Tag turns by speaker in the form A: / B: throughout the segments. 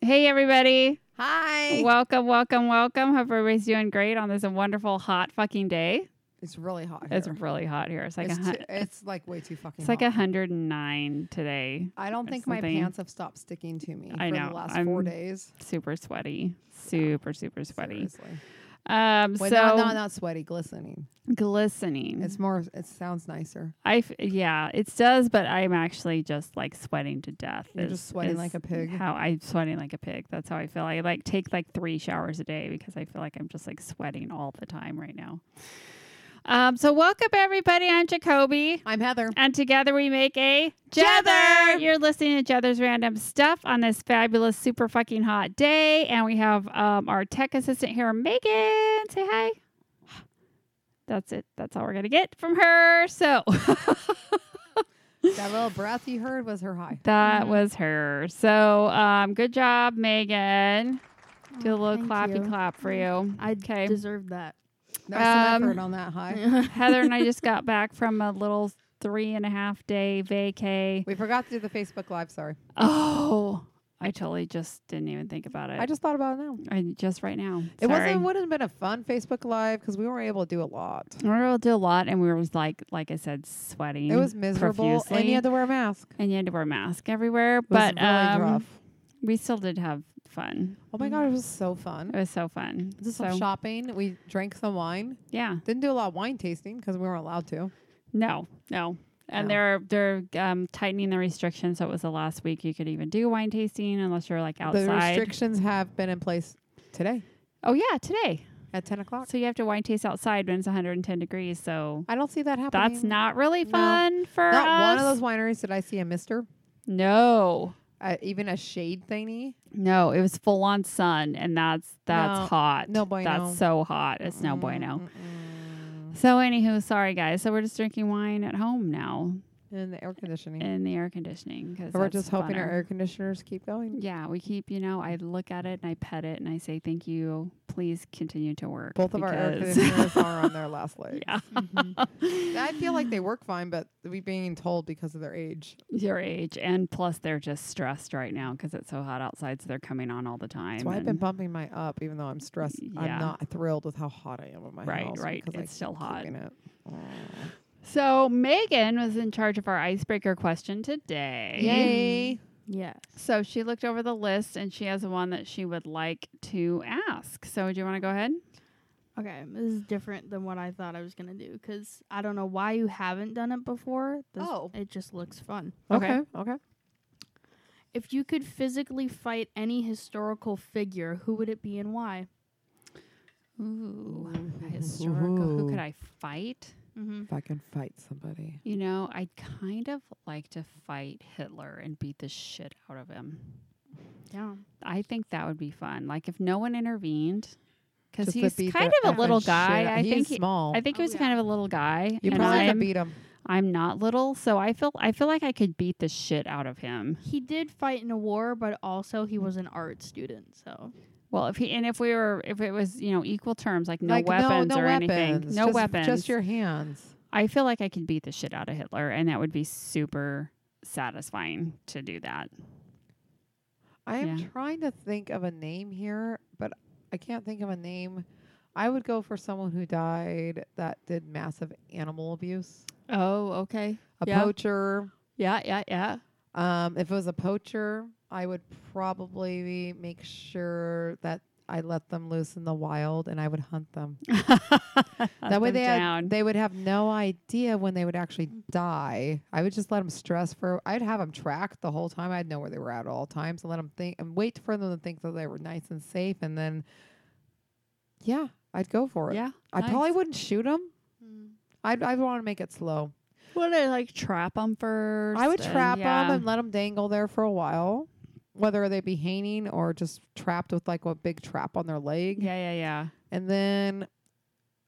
A: Hey, everybody.
B: Hi.
A: Welcome, welcome, welcome. Hope everybody's doing great on this wonderful, hot fucking day.
B: It's really hot.
A: It's
B: here.
A: really hot here. It's like
B: it's,
A: a hun-
B: too- it's like way too fucking.
A: it's like
B: hot.
A: 109 today.
B: I don't think
A: or
B: my
A: something.
B: pants have stopped sticking to me
A: I
B: for
A: know.
B: the last
A: I'm
B: four days.
A: Super sweaty. Super, super sweaty.
B: Seriously.
A: Um,
B: Oh, Wait,
A: so
B: no, no, not sweaty, glistening.
A: glistening.
B: It's more. It sounds nicer.
A: I f- yeah, it does, but I'm actually just like sweating to death.
B: You're just sweating like a pig.
A: How I'm sweating like a pig. That's how I feel. I like take like three showers a day because I feel like I'm just like sweating all the time right now. Um, so welcome everybody. I'm Jacoby.
B: I'm Heather.
A: And together we make a
B: Jether!
A: You're listening to Jether's random stuff on this fabulous, super fucking hot day, and we have um, our tech assistant here, Megan. Say hi. That's it. That's all we're gonna get from her. So
B: that little breath you heard was her high.
A: that
B: Mhm.
A: was her. So um, good job, Megan.
B: Oh,
A: Do a little
C: thank
A: clappy
C: you.
A: clap for you.
C: I
A: okay.
C: deserve that.
B: That was some
A: Um,
B: effort on that high.
A: Heather and I just got back from a little three and a half day vacay.
B: We forgot to do the Facebook Live. Sorry,
A: Oh, I totally just didn't even think about it.
B: I just thought about it now.
A: I just right now.
B: It
A: Sorry.
B: wasn't. Wouldn't have been a fun Facebook Live because we weren't able to do a lot.
A: We were able to do a lot, and we were just like, like I said, sweating.
B: It was miserable,
A: Mm, profusely,
B: and you had to wear a mask. It
A: and you had to wear a mask everywhere.
B: was
A: but
B: really
A: um,
B: rough.
A: we still did have fun.
B: Oh my god, it was so fun.
A: It was so fun.
B: Did some
A: So,
B: shopping. We drank some wine.
A: yeah,
B: Didn't do a lot of wine tasting because we weren't allowed to.
A: no, no. And
B: No.
A: they're they're um, tightening the restrictions. So it was the last week you could even do wine tasting unless you're like
B: The
A: outside.
B: restrictions have been in place today
A: oh yeah, today.
B: at 10 o'clock.
A: So you have to wine taste outside when it's 110 degrees. So
B: I don't see that happening.
A: that's not really
B: No.
A: fun for
B: Not one of
A: us.
B: those wineries did I see a mister,
A: No,
B: uh, even a shade thingy.
A: No, it was full on sun, and that's that's
B: No,
A: hot.
B: no bueno.
A: That's so hot. It's no
B: Mm,
A: bueno.
B: mm-mm.
A: So anywho, sorry guys. So we're just drinking wine at home now
B: And the air conditioning.
A: in the air conditioning because
B: And we're just hoping our air conditioners keep going.
A: Yeah, we keep. You know, I look at it and I pet it and I say thank you. Please continue to work.
B: Both of our air
A: because-
B: conditioners are on their last leg.
A: yeah,
B: I feel like they work fine, but we're being told because of their age.
A: your age, and plus they're just stressed right now because it's so hot outside, so they're coming on all the time.
B: So I've been
A: and-
B: bumping my up, even though I'm stressed.
A: Yeah.
B: I'm not thrilled with how hot I am in my
A: Right,
B: house.
A: right.
B: because I
A: It's still
B: keep
A: hot.
B: keeping it. Mm.
A: so Megan was in charge of our icebreaker question today.
B: Yay!
C: yes.
A: So she looked over the list and she has one that she would like to ask. So do you want to go ahead?
C: Okay, this is different than what I thought I was gonna do because I don't know why you haven't done it before. This-
B: Oh.
C: it just looks fun.
A: Okay.
B: Okay. Okay.
C: If you could physically fight any historical figure, who would it be and why?
A: Ooh, a historical. Who could I fight?
C: Mm-hmm.
B: If I can fight somebody,
A: You know, I'd kind of like to fight Hitler and beat the shit out of him.
C: Yeah.
A: I think that would be fun. Like if no one intervened, because
B: Just to
A: he's
B: beat
A: kind
B: the
A: of a little
B: effing shit out-
A: guy. I
B: he's
A: think he,
B: small.
A: I think he
C: Oh,
A: was
C: yeah.
A: kind of a little guy.
B: you
A: and
B: probably could
A: I'm,
B: beat him.
A: I'm not little, so I feel I feel like I could beat the shit out of him.
C: He did fight in a war, but also he was an art student, so
A: Well, if he and if we were if it was you know equal terms like no
B: like
A: weapons
B: no, no
A: or
B: weapons.
A: anything, no
B: just,
A: weapons.
B: Just your hands.
A: I feel like I could beat the shit out of Hitler, and that would be super satisfying to do that.
B: I am
A: Yeah.
B: trying to think of a name here, but I can't think of a name. I would go for someone who died that did massive animal abuse.
A: Oh, okay.
B: A
A: Yeah.
B: poacher.
A: Yeah, yeah, yeah.
B: Um, if it was a poacher, I would probably make sure that I let them loose in the wild and I would hunt them. that way they
A: down.
B: had, they would have no idea when they would actually die. I would just let them stress for. I'd have them tracked the whole time. I'd know where they were at all times and let them think and wait for them to think that they were nice and safe. And then, yeah, I'd go for it.
A: yeah.
B: I
A: nice.
B: probably wouldn't shoot them. I'd I'd want to make it slow.
A: would I like trap them first.
B: I would
A: and-
B: trap
A: yeah.
B: them and let them dangle there for a while, whether they be hanging or just trapped with like a big trap on their leg.
A: Yeah, yeah, yeah.
B: And then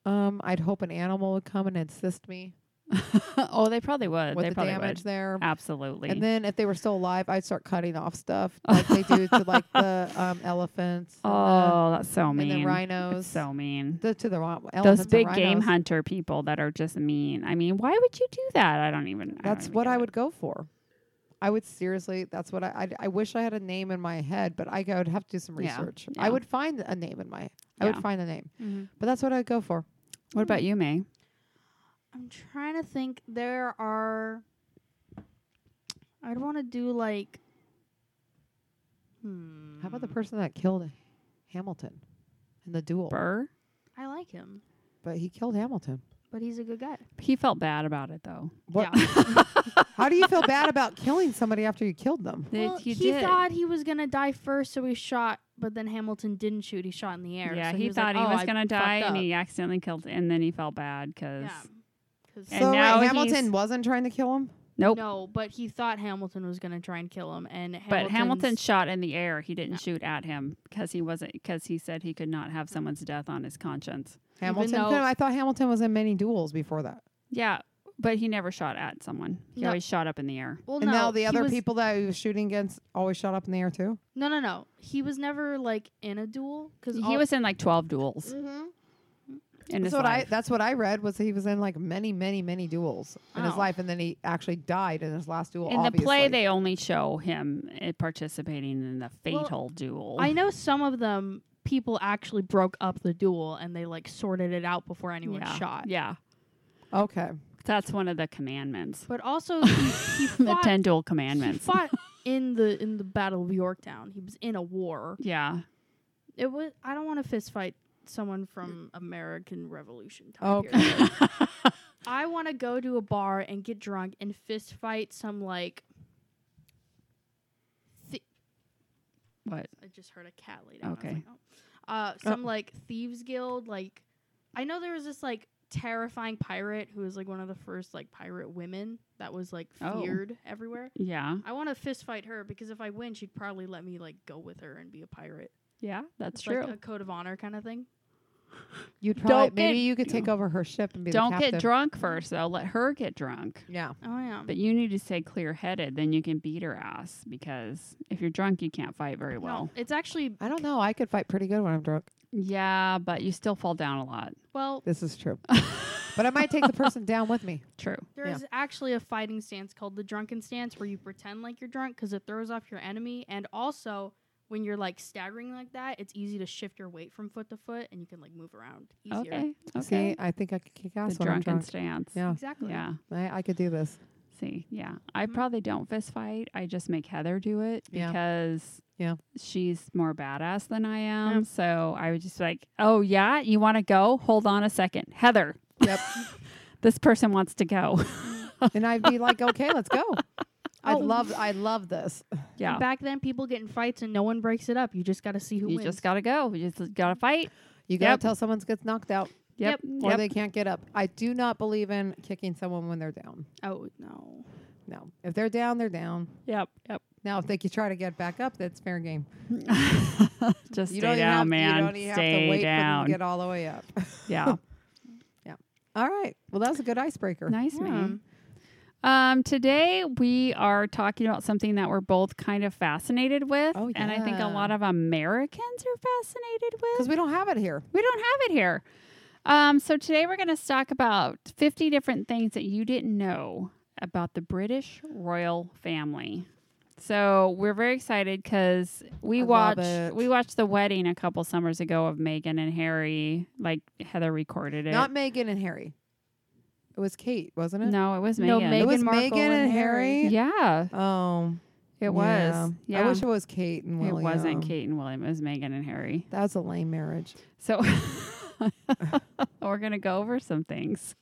B: um, I'd hope an animal would come and assist me
A: oh, they probably would.
B: with
A: they
B: the
A: probably
B: damage
A: would.
B: there.
A: Absolutely.
B: And then if they were still alive, I'd start cutting off stuff like they do to like the um, elephants. and the-
A: oh, that's so
B: and the
A: mean.
B: rhinos.
A: So mean.
B: the, to the ro- elephants
A: those
B: and
A: big game
B: rhinos.
A: hunter people that are just mean. I mean, why would you do that? I don't even. I don't
B: That's
A: even
B: what
A: get
B: I
A: it.
B: would go for. I would seriously. That's what I. I'd- I, wish I had a name in my head, but I go- I'd have to do some
A: Yeah,
B: research.
A: yeah.
B: I would find a name in my. I
A: Yeah. Mm-hmm.
B: would find a name, but that's what I'd go for.
A: What about you, May?
C: I'm trying to think. There are. I'd want to do like. Hmm.
B: How about the person that killed Hamilton in the duel?
A: Burr.
C: I like him,
B: But he killed Hamilton.
C: but he's a good guy.
A: He felt bad about it though.
B: What?
C: Yeah.
B: How do you feel bad about killing somebody after you killed them?
A: That
C: Well,
A: you
C: he
A: did.
C: thought he was gonna die first, so he shot. But then Hamilton didn't shoot; he shot in the air.
A: yeah,
C: so
A: he,
C: was
A: thought
C: like,
A: he
C: "Oh,
A: was
C: I
A: gonna
C: fucked
A: die, and
C: up."
A: he accidentally killed, and then he felt bad because
C: Yeah, 'cause-
A: And
B: so wait,
A: now
B: Hamilton
A: he's-
B: wasn't trying to kill him.
A: nope.
C: no, but he thought Hamilton was gonna try and kill him, and
A: But Hamilton
C: Hamilton's-
A: shot in the air. He didn't
C: Yeah. Mm.
A: shoot at him because he wasn't because he said he could not have someone's death on his conscience.
C: Even
B: Hamilton.
C: though-
B: No, I thought Hamilton was in many duels before that.
A: Yeah, but he never shot at someone. He
C: No.
A: always shot up in the air.
C: Well,
B: and
C: no,
B: now the
C: he
B: other
C: was-
B: people that he was shooting against always shot up in the air too.
C: No, no, no. He was never like in a duel because
A: He was in like twelve
C: Mm.
A: duels
B: Mm-hmm.
A: in his
B: That's what I.
A: life.
B: That's what I read was he was in like many, many, many duels in his
C: Oh.
B: life, and then he actually died in his last duel.
A: in the play,
B: obviously.
A: they only show him uh, participating in the
C: Well,
A: fatal
B: Oh.
A: duel.
C: I know some of them people actually broke up the duel and they like sorted it out before anyone
A: yeah.
C: shot.
A: Yeah,
B: okay.
A: that's one of the commandments.
C: But also he, he
A: the
C: fought,
A: ten duel
C: he
A: commandments.
C: fought in the in the Battle of Yorktown. He was in a war.
A: Yeah,
C: It was I don't want to fist fight someone from American Revolution time.
B: Okay.
C: period. I want to go to a bar and get drunk and fist fight some like
A: what?
C: I just heard a cat lay down. Okay.
A: Okay.
C: uh, some like thieves guild. Like, I know there was this like terrifying pirate who was like one of the first like pirate women that was like
A: Oh.
C: feared everywhere.
A: Yeah,
C: I want to fist fight her because if I win, she'd probably let me like go with her and be a pirate.
A: yeah, that's
C: It's
A: true.
C: Like a code of honor kind of thing.
B: You'd
A: Don't
B: probably
A: get-
B: maybe you could take over her ship and be the
A: Don't
B: captain.
A: get drunk first, though. Let her get drunk.
B: Yeah.
C: Oh yeah.
A: But you need to stay clear headed, then you can beat her ass because if you're drunk, you can't fight very well.
C: no, it's actually
B: I don't know. I could fight pretty good when I'm drunk.
A: Yeah, but you still fall down a lot.
C: well.
B: This is true. but I might take the person down with me.
A: True.
C: There
B: Yeah.
C: is actually a fighting stance called the drunken stance where you pretend like you're drunk because it throws off your enemy. And also, when you're like staggering like that, it's easy to shift your weight from foot to foot and you can like move around easier.
A: Okay.
B: See,
A: Okay.
B: I think I could kick
A: the
B: ass when
A: drunken
B: I'm drunk.
A: stance.
B: Yeah.
C: Exactly.
A: Yeah.
B: I, I could do this.
A: See, yeah. I
C: Mhm.
A: probably don't fist fight. I just make Heather do it
B: Yeah.
A: because
B: Yeah.
A: she's more badass than I am. So I was just like, oh, yeah, you want to go? Hold on a second. Heather,
B: Yep.
A: this person wants to go.
B: and I'd be like, okay, let's go. I
C: Oh.
B: love, I love this.
A: yeah.
C: Back then, people get in fights and no one breaks it up. You just got to see who
A: You
C: wins.
A: just got to go. You just got to fight.
B: You gotta
A: Yep.
B: tell someone gets knocked out
A: Yep.
B: or
A: yep.
B: they can't get up. I do not believe in kicking someone when they're down.
C: oh, no.
B: No, if they're down, they're down.
A: Yep. Yep.
B: Now, if they could try to get back up, that's fair game.
A: Just stay
B: You don't even have,
A: down,
B: you
A: man.
B: don't even
A: stay
B: have to wait for them
A: down.
B: to get all the way up.
A: yeah.
B: all right. Well, that was a good icebreaker.
A: Nice,
C: Yeah.
A: man. Um, today we are talking about something that we're both kind of fascinated with,
B: Oh,
A: and I think a
B: yeah.
A: lot of Americans are fascinated with.
B: Because we don't have it here.
A: We don't have it here. Um, so today we're going to talk about 50 different things that you didn't know about the British royal family. So we're very excited because we
B: I love
A: watched
B: it.
A: we watched the wedding a couple summers ago of Meghan and Harry. Like Heather recorded it.
B: Not Megan and Harry. It was Kate, wasn't it?
A: no, it was Meghan.
C: No,
B: It
C: Meghan
B: was
C: Markle
B: Megan
C: and
B: and
C: Harry.
B: Harry.
A: Yeah,
B: Oh,
A: it was. Yeah,
B: I wish it was Kate and
A: it
B: William.
A: wasn't Kate and William. It was Meghan and Harry.
B: That was a lame marriage.
A: So we're gonna go over some things.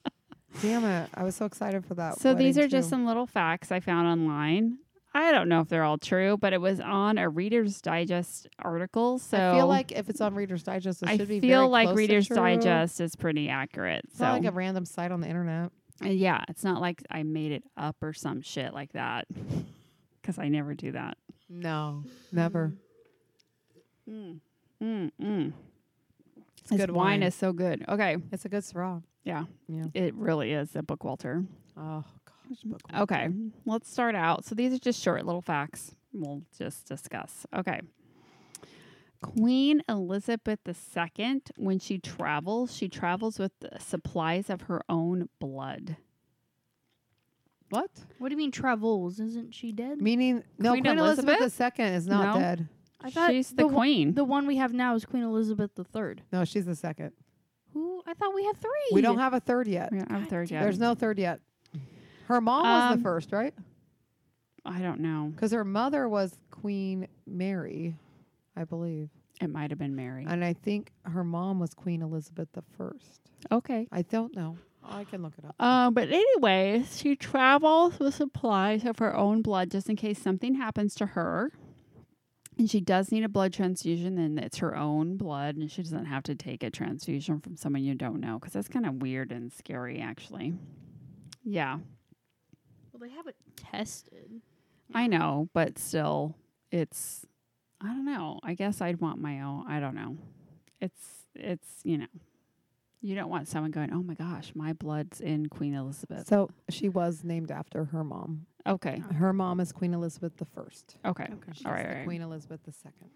B: Damn it! I was so excited for that.
A: So these are
B: wedding,
A: just
B: too.
A: some little facts I found online. I don't know if they're all true, but it was on a Reader's Digest article. So
B: I feel like if it's on Reader's Digest, it
A: I
B: should be.
A: feel
B: very
A: like
B: close to
A: Reader's
B: true.
A: Digest is pretty accurate.
B: It's
A: So
B: not like a random site on the internet.
A: Uh, yeah, it's not like I made it up or some shit like that because I never do that.
B: No, never.
A: Mm. Mm, mm.
B: Hmm. It's
A: This
B: good
A: wine. is so good. Okay,
B: It's a good Syrah.
A: yeah,
B: Yeah.
A: it really is a book Walter.
B: Oh gosh. book one.
A: Okay, let's start out. So these are just short little facts we'll just discuss. Okay. Queen Elizabeth II, when she travels, she travels with the supplies of her own blood.
B: What?
C: What do you mean travels? Isn't she dead?
B: Meaning, no,
A: Queen
B: Queen, Elizabeth?
A: Elizabeth?
B: II is not
A: No.
B: dead.
C: I thought
A: she's
C: the,
A: the,
C: one,
A: queen.
C: the one we have now is Queen Elizabeth III.
B: No, she's the second.
C: Who? I thought we had three.
B: We don't have a third yet.
A: yeah, I'm
C: God
A: third
C: damn.
A: yet.
B: There's no third yet. Her mom was
A: Um,
B: the first, right?
A: I don't know.
B: Because her mother was Queen Mary, I believe,
A: It might have been Mary.
B: and I think her mom was Queen Elizabeth the first.
A: okay.
B: I don't know. I can look it up.
A: Um, but anyways, she travels with supplies of her own blood just in case something happens to her. And she does need a blood transfusion, and it's her own blood, and she doesn't have to take a transfusion from someone you don't know because that's kind of weird and scary, actually. Yeah,
C: Well, they have it tested.
A: I know, but still, it's I don't know. I guess I'd want my own. I don't know. It's it's you know, you don't want someone going, oh my gosh, my blood's in Queen Elizabeth.
B: So she was named after her mom.
A: Okay,
B: Her mom is Queen Elizabeth the first.
A: okay,
C: Okay.
B: She's
A: all right,
B: the
A: all right.
B: Queen Elizabeth the second.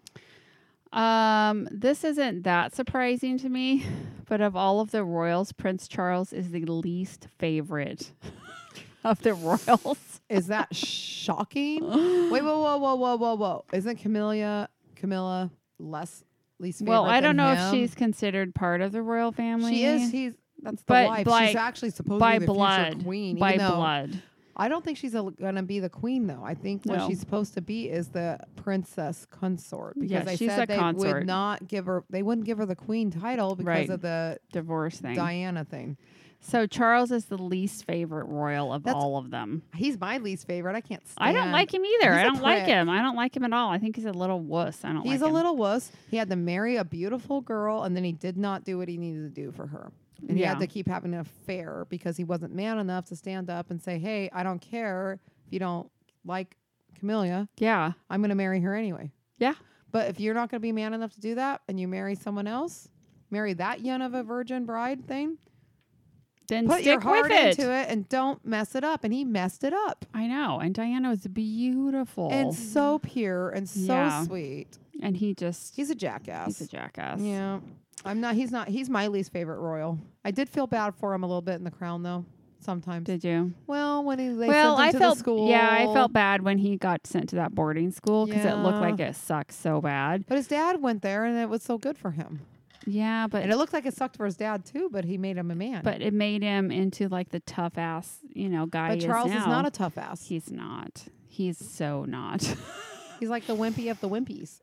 A: Um, this isn't that surprising to me, but of all of the royals, Prince Charles is the least favorite of the royals.
B: Is that shocking? Wait, whoa, whoa, whoa, whoa, whoa, whoa! Isn't Camilla Camilla less least favorite?
A: well, I don't
B: than
A: know
B: him?
A: if she's considered part of the royal family.
B: She is. He's that's the
A: But
B: wife.
A: by-
B: she's actually supposed
A: by
B: to be the
A: blood,
B: future queen.
A: by
B: even though
A: blood.
B: I don't think she's a, gonna be the queen though. I think
A: No.
B: what she's supposed to be is the princess consort
A: Yeah,
B: because they
A: she's a
B: said they
A: consort.
B: would not give her. They wouldn't give her the queen title because
A: Right.
B: of the
A: Divorce thing.
B: Diana thing.
A: So Charles is the least favorite royal of
B: That's-
A: all of them.
B: He's my least favorite. I can't. Stand.
A: I don't like him either.
B: He's
A: I
B: a
A: don't like
B: prick.
A: him. I don't like him at all. I think he's a little wuss. I don't like
B: He's a
A: him.
B: little wuss. He had to marry a beautiful girl, and then he did not do what he needed to do for her. And he
A: Yeah.
B: had to keep having an affair because he wasn't man enough to stand up and say, "Hey, I don't care if you don't like Camellia.
A: Yeah.
B: I'm going to marry her anyway."
A: Yeah.
B: But if you're not going to be man enough to do that, and you marry someone else, marry that young of a virgin bride thing,
A: Then
B: put
A: stick
B: your heart
A: with it.
B: into it, and don't mess it up. And he messed it up.
A: I know. And Diana was beautiful.
B: And so pure and so
A: Yeah.
B: sweet.
A: and he just
B: He's a jackass.
A: He's a jackass.
B: Yeah. I'm not he's not he's my least favorite royal. I did feel bad for him a little bit in the crown though. Sometimes.
A: Did you?
B: well, when he they
A: well,
B: sent him
A: I
B: to
A: felt
B: the school.
A: yeah, I felt bad when he got sent to that boarding school because it looked
B: Yeah.
A: like it sucked so bad.
B: But his dad went there and it was so good for him.
A: Yeah, but
B: And it looked like it sucked for his dad too, but he made him a man.
A: but it made him into like the tough ass, you know, guy.
B: But
A: he
B: Charles
A: is,
B: is,
A: now.
B: not a tough ass.
A: He's not. He's so not.
B: he's like the wimpy of the wimpies.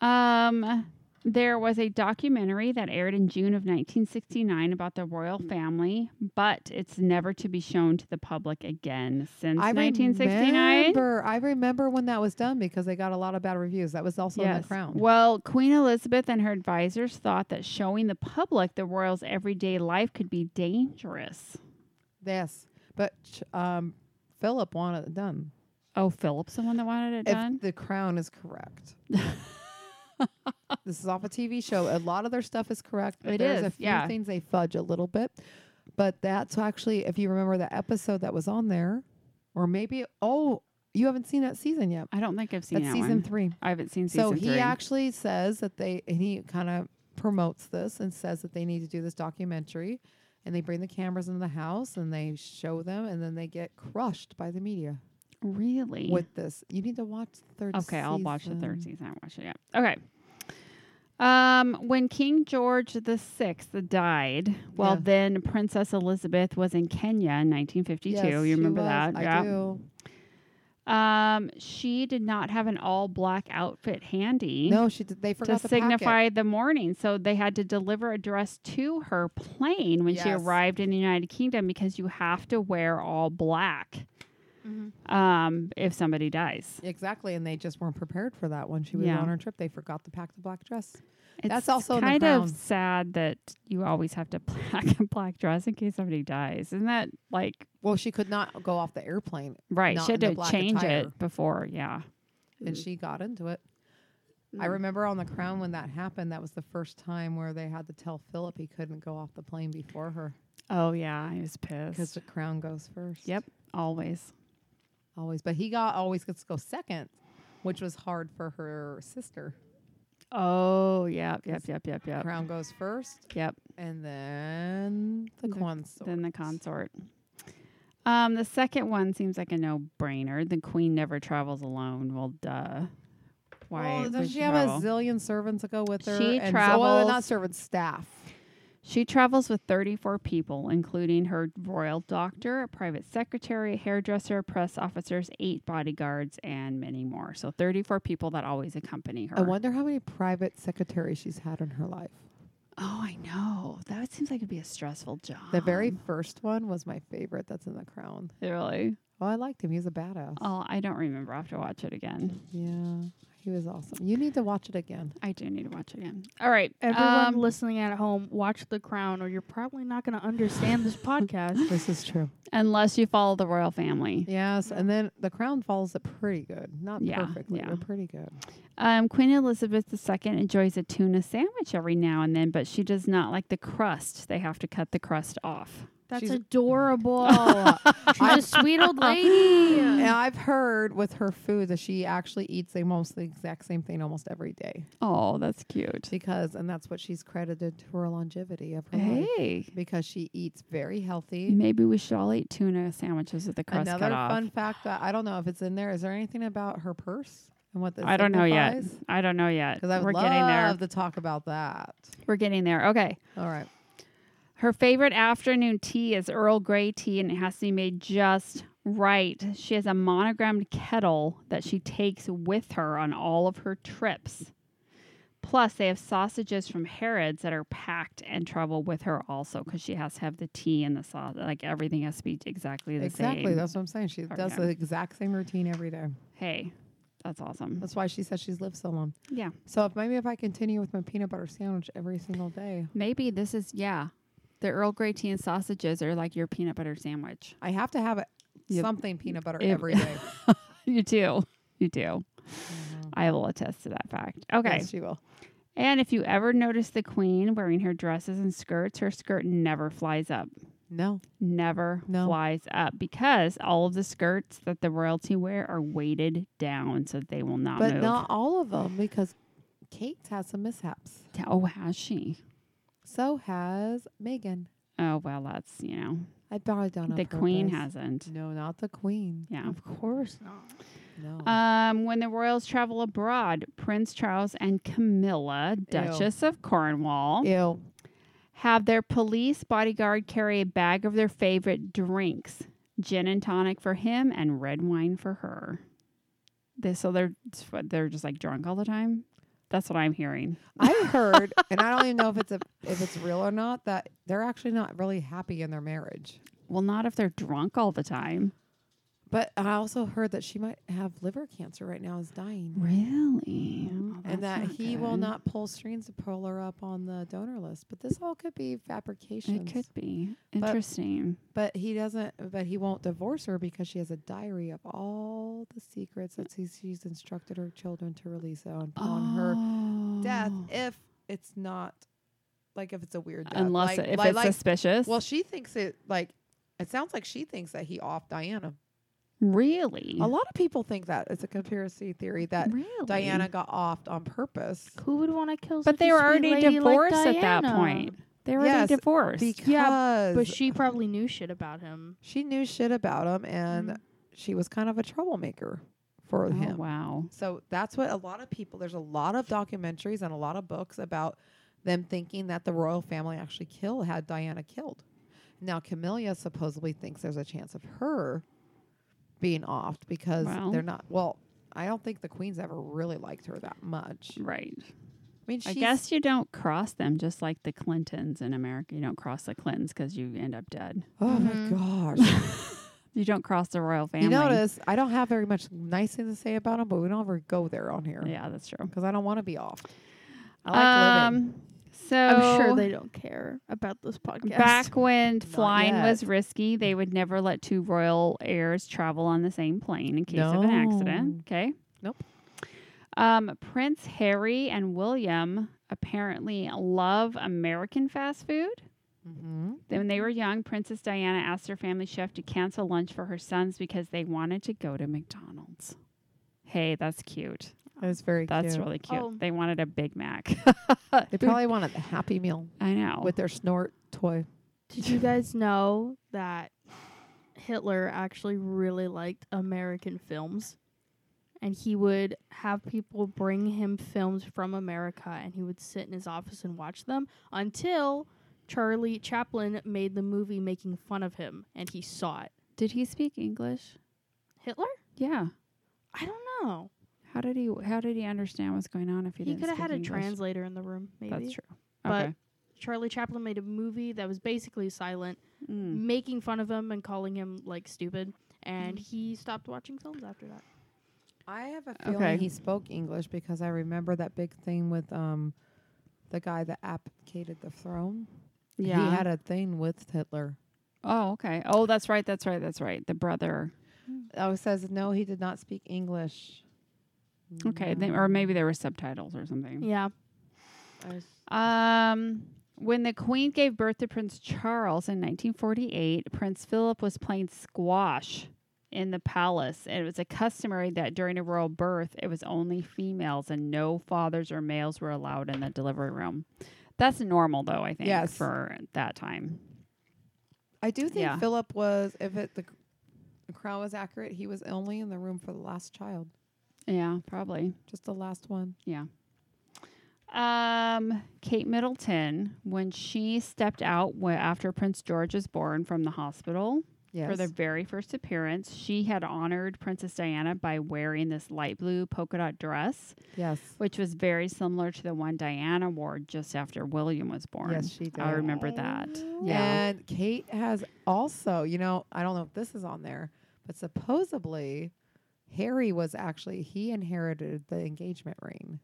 A: Um, there was a documentary that aired in June of 1969 about the royal
B: Mm.
A: family, but it's never to be shown to the public again since
B: I
A: 1969.
B: remember I remember when that was done because they got a lot of bad reviews. That was also in the crown.
A: Well, Queen Elizabeth and her advisors thought that showing the public the royals' everyday life could be dangerous.
B: yes. But um Philip wanted it done.
A: Oh, Philip's the one that wanted it done?
B: If the crown is correct. this is off a TV show. A lot of their stuff is correct. but
A: It
B: There's a
A: is,
B: few
A: yeah.
B: things they fudge a little bit. But that's actually, if you remember the episode that was on there, or maybe, oh, you haven't seen that season yet.
A: I don't think I've seen
B: That's
A: that
B: season
A: one.
B: three.
A: I haven't seen season
B: So
A: three.
B: he actually says that they, and he kind of promotes this and says that they need to do this documentary. And they bring the cameras into the house and they show them, and then they get crushed by the media
A: really?
B: with this. You need to watch the third
A: okay, I'll watch the third
B: season.
A: season. I haven't watched it yet. Okay. Um, when King George the Sixth died, well,
B: Yeah.
A: then Princess Elizabeth was in Kenya in 1952.
B: Yes,
A: you
B: she
A: remember
B: was.
A: that?
B: I
A: yeah.
B: do.
A: Um, she did not have an all black outfit handy.
B: No, she did. They
A: to
B: forgot the
A: signify the mourning. So they had to deliver a dress to her plane when she
B: Yes.
A: arrived in the United Kingdom because you have to wear all black
B: Mm-hmm.
A: um, if somebody dies.
B: packet. exactly, and they just weren't prepared for that when she was
A: Yeah.
B: on her trip. They forgot to pack the black dress.
A: It's
B: That's also in the
A: kind
B: Crown.
A: of sad that you always have to black a black dress in case somebody dies. Isn't that like
B: Well, she could not go off the airplane,
A: right?
B: Not
A: she had
B: in the
A: to
B: black
A: change
B: attire.
A: it before. Yeah.
B: and
A: Mm.
B: she got into it. I remember on the Crown when that happened. That was the first time where they had to tell Philip he couldn't go off the plane before her
A: Oh yeah, I was
B: because
A: pissed.
B: the Crown goes first.
A: Yep, always.
B: always. But he got always gets to go second, which was hard for her sister.
A: Oh yep, yep, yep, yep, yep,
B: Crown goes first,
A: yep.
B: and then the,
A: The-
B: consort.
A: Than the consort. Um, the second one seems like a no-brainer. The queen never travels alone. Well, duh. Why?
B: Well,
A: would
B: does she have
A: travel?
B: a zillion servants that go with her?
A: She
B: and so- well, they're not
A: travels-
B: servants, staff.
A: She travels with 34 people, including her royal doctor, a private secretary, a hairdresser, press officers, eight bodyguards, and many more. So 34 people that always accompany her.
B: I wonder how many private secretaries she's had in her life.
A: oh, I know. That seems like it'd be a stressful job.
B: The very first one was my favorite. That's in the crown.
A: really.
B: Oh, I liked him. He's a badass.
A: Oh, I don't remember. I have to watch it again.
B: Yeah, he was awesome. You need to watch it again.
A: I do need to watch it again. All right,
C: Everyone
A: um,
C: listening at home, watch The Crown, or you're probably not going to understand this podcast.
B: This is true.
A: unless you follow the royal family.
B: Yes, and then the crown follows it pretty good. Not
A: Yeah,
B: perfectly,
A: yeah.
B: but pretty good.
A: Um, Queen Elizabeth II enjoys a tuna sandwich every now and then, but she does not like the crust. They have to cut the crust off.
C: That's
B: She's-
C: adorable.
B: I-
C: She's a sweet old lady.
B: And I've heard with her food that she actually eats almost the exact same thing almost every day
A: Oh, that's cute.
B: because, and that's what she's credited to her longevity of her life
A: Hey,
B: because she eats very healthy.
A: Oh, maybe we should all eat tuna sandwiches with the crust
B: Another
A: cut off.
B: fun fact that I don't know if it's in there. Is there anything about her purse and what this?
A: I don't know yet. I don't know yet.
B: Because I would
A: We're
B: love
A: getting there.
B: to talk about that.
A: We're getting there. Okay.
B: All right.
A: Her favorite afternoon tea is Earl Grey tea, and it has to be made just right. She has a monogrammed kettle that she takes with her on all of her trips. Plus, they have sausages from Harrods that are packed and travel with her also because she has to have the tea and the sauce. Like everything has to be exactly the
B: Exactly.
A: same.
B: That's what I'm saying. She
A: Every
B: does
A: time.
B: the exact same routine every day.
A: hey, that's awesome.
B: That's why she says she's lived so long.
A: Yeah.
B: So if maybe if I continue with my peanut butter sandwich every single day,
A: Maybe this is, yeah. The Earl Grey tea and sausages are like your peanut butter sandwich.
B: I have to have it,
A: Yep.
B: something peanut butter
A: Ew.
B: every day.
A: You do. You do. I will attest to that fact. Okay.
B: Mm-hmm. Yes, she will.
A: And if you ever notice the queen wearing her dresses and skirts, her skirt never flies up.
B: No.
A: Never
B: No.
A: flies up because all of the skirts that the royalty wear are weighted down so they will not
B: but
A: move.
B: not all of them because Kate's had some mishaps.
A: oh, has she?
B: So has Megan.
A: Oh, well, that's, you know,
B: I probably don't know.
A: the queen hasn't.
B: No, not the queen.
A: Yeah.
C: Of course not.
B: No.
A: Um, when the royals travel abroad, Prince Charles and Camilla, Duchess of Cornwall,
B: Ew.
A: have their police bodyguard carry a bag of their favorite drinks gin and tonic for him and red wine for her they, so they're they're just like drunk all the time that's what i'm hearing
B: I heard, and I don't even know if it's a, if it's real or not, that they're actually not really happy in their marriage.
A: well not if they're drunk all the time
B: But I also heard that she might have liver cancer right now, is dying.
A: really Oh, that's
B: and that he will
A: good.
B: not pull strings to pull her up on the donor list. But this all could be fabrications.
A: it could be interesting
B: But he doesn't. But he won't divorce her because she has a diary of all the secrets that she's, she's instructed her children to release on upon her death.
A: Oh.
B: If it's not like if it's a weird death,
A: unless
B: uh, like,
A: if
B: like,
A: it's
B: like-
A: suspicious
B: well, she thinks it like. It sounds like she thinks that he off Diana.
A: really
B: A lot of people think that it's a conspiracy theory that
A: really
B: Diana got offed on purpose.
C: Who would want to kill?
A: but
C: such
A: they
C: a
A: were
C: sweet
A: already
C: lady like
A: divorced at that
C: Diana?
A: point they were already
B: Yes,
A: divorced
B: Because
C: But she probably knew shit about him.
B: she knew shit about him and
C: Mhm.
B: she was kind of a troublemaker for
A: Mm-hmm. oh,
B: him.
A: wow
B: So that's what a lot of people there's a lot of documentaries and a lot of books about them thinking that the royal family actually killed had Diana killed. Now Camilla supposedly thinks there's a chance of her being offed because
A: Well.
B: they're not well I don't think the queens ever really liked her that much. I
A: right
B: mean, she's,
A: Mm, I guess you don't cross them just like the Clintons in America. You don't cross the Clintons because you end up dead.
B: Oh my gosh!
A: You don't cross mm-hmm. the royal family.
B: you notice I don't have very much nice thing to say about him, but we don't ever go there on here.
A: Yeah, that's true.
B: because I don't want to be off. I like
A: Um,
B: living.
A: So
C: I'm sure they don't care about this podcast.
A: back when flying
B: yet.
A: was risky, they would never let two royal heirs travel on the same plane in case of an accident.
B: No.
A: Okay.
B: Nope.
A: Um, Prince Harry and William apparently love American fast food.
B: Mm-hmm.
A: Then when they were young, Princess Diana asked her family chef to cancel lunch for her sons because they wanted to go to McDonald's. Hey, that's cute.
B: That's very.
A: That's
B: cute.
A: really cute.
C: Oh.
A: They wanted a Big Mac.
B: They probably wanted the Happy Meal
A: I know.
B: with their snort toy.
C: Did you guys know that Hitler actually really liked American films. And he would have people bring him films from America and he would sit in his office and watch them until Charlie Chaplin made the movie making fun of him and he saw it.
A: Did he speak English?
C: Hitler?
A: Yeah.
C: I don't know.
A: How did he how did he understand what's going on if he,
C: He,
A: didn't
C: could have
A: speak
C: had a
A: English?
C: translator in the room, maybe.
A: That's true.
C: But-
A: okay.
C: Charlie Chaplin made a movie that was basically silent,
A: Mm.
C: making fun of him and calling him like stupid. And
A: Hmm.
C: he stopped watching films after that.
B: I have a feeling
A: Okay.
B: he spoke English because I remember that big thing with um, the guy that abdicated the throne.
A: Yeah.
B: He had a thing with Hitler.
A: oh, okay. Oh, that's right. That's right. That's right. The brother.
B: Oh, it says no, he did not speak English.
A: Okay. They, or maybe there were subtitles or something.
C: Yeah.
B: I was-
A: Um, when the Queen gave birth to Prince Charles in 1948, Prince Philip was playing squash in the palace, and it was a customary that during a royal birth, it was only females and no fathers or males were allowed in the delivery room. That's normal, though I think,
B: Yes.
A: for that time.
B: I do think
A: Yeah.
B: Philip was, if it the, the crown was accurate, he was only in the room for the last child,
A: Yeah, probably.
B: just the last one.
A: Um, Kate Middleton, when she stepped out wa- after Prince George was born from the hospital,
B: Yes.
A: for their very first appearance. She had honored Princess Diana by wearing this light blue polka dot dress,
B: yes.
A: which was very similar to the one Diana wore just after William was born.
B: Yes, she did.
A: I remember that. Yeah.
B: And Kate has also, you know, I don't know if this is on there, but supposedly Harry was actually he inherited the engagement ring.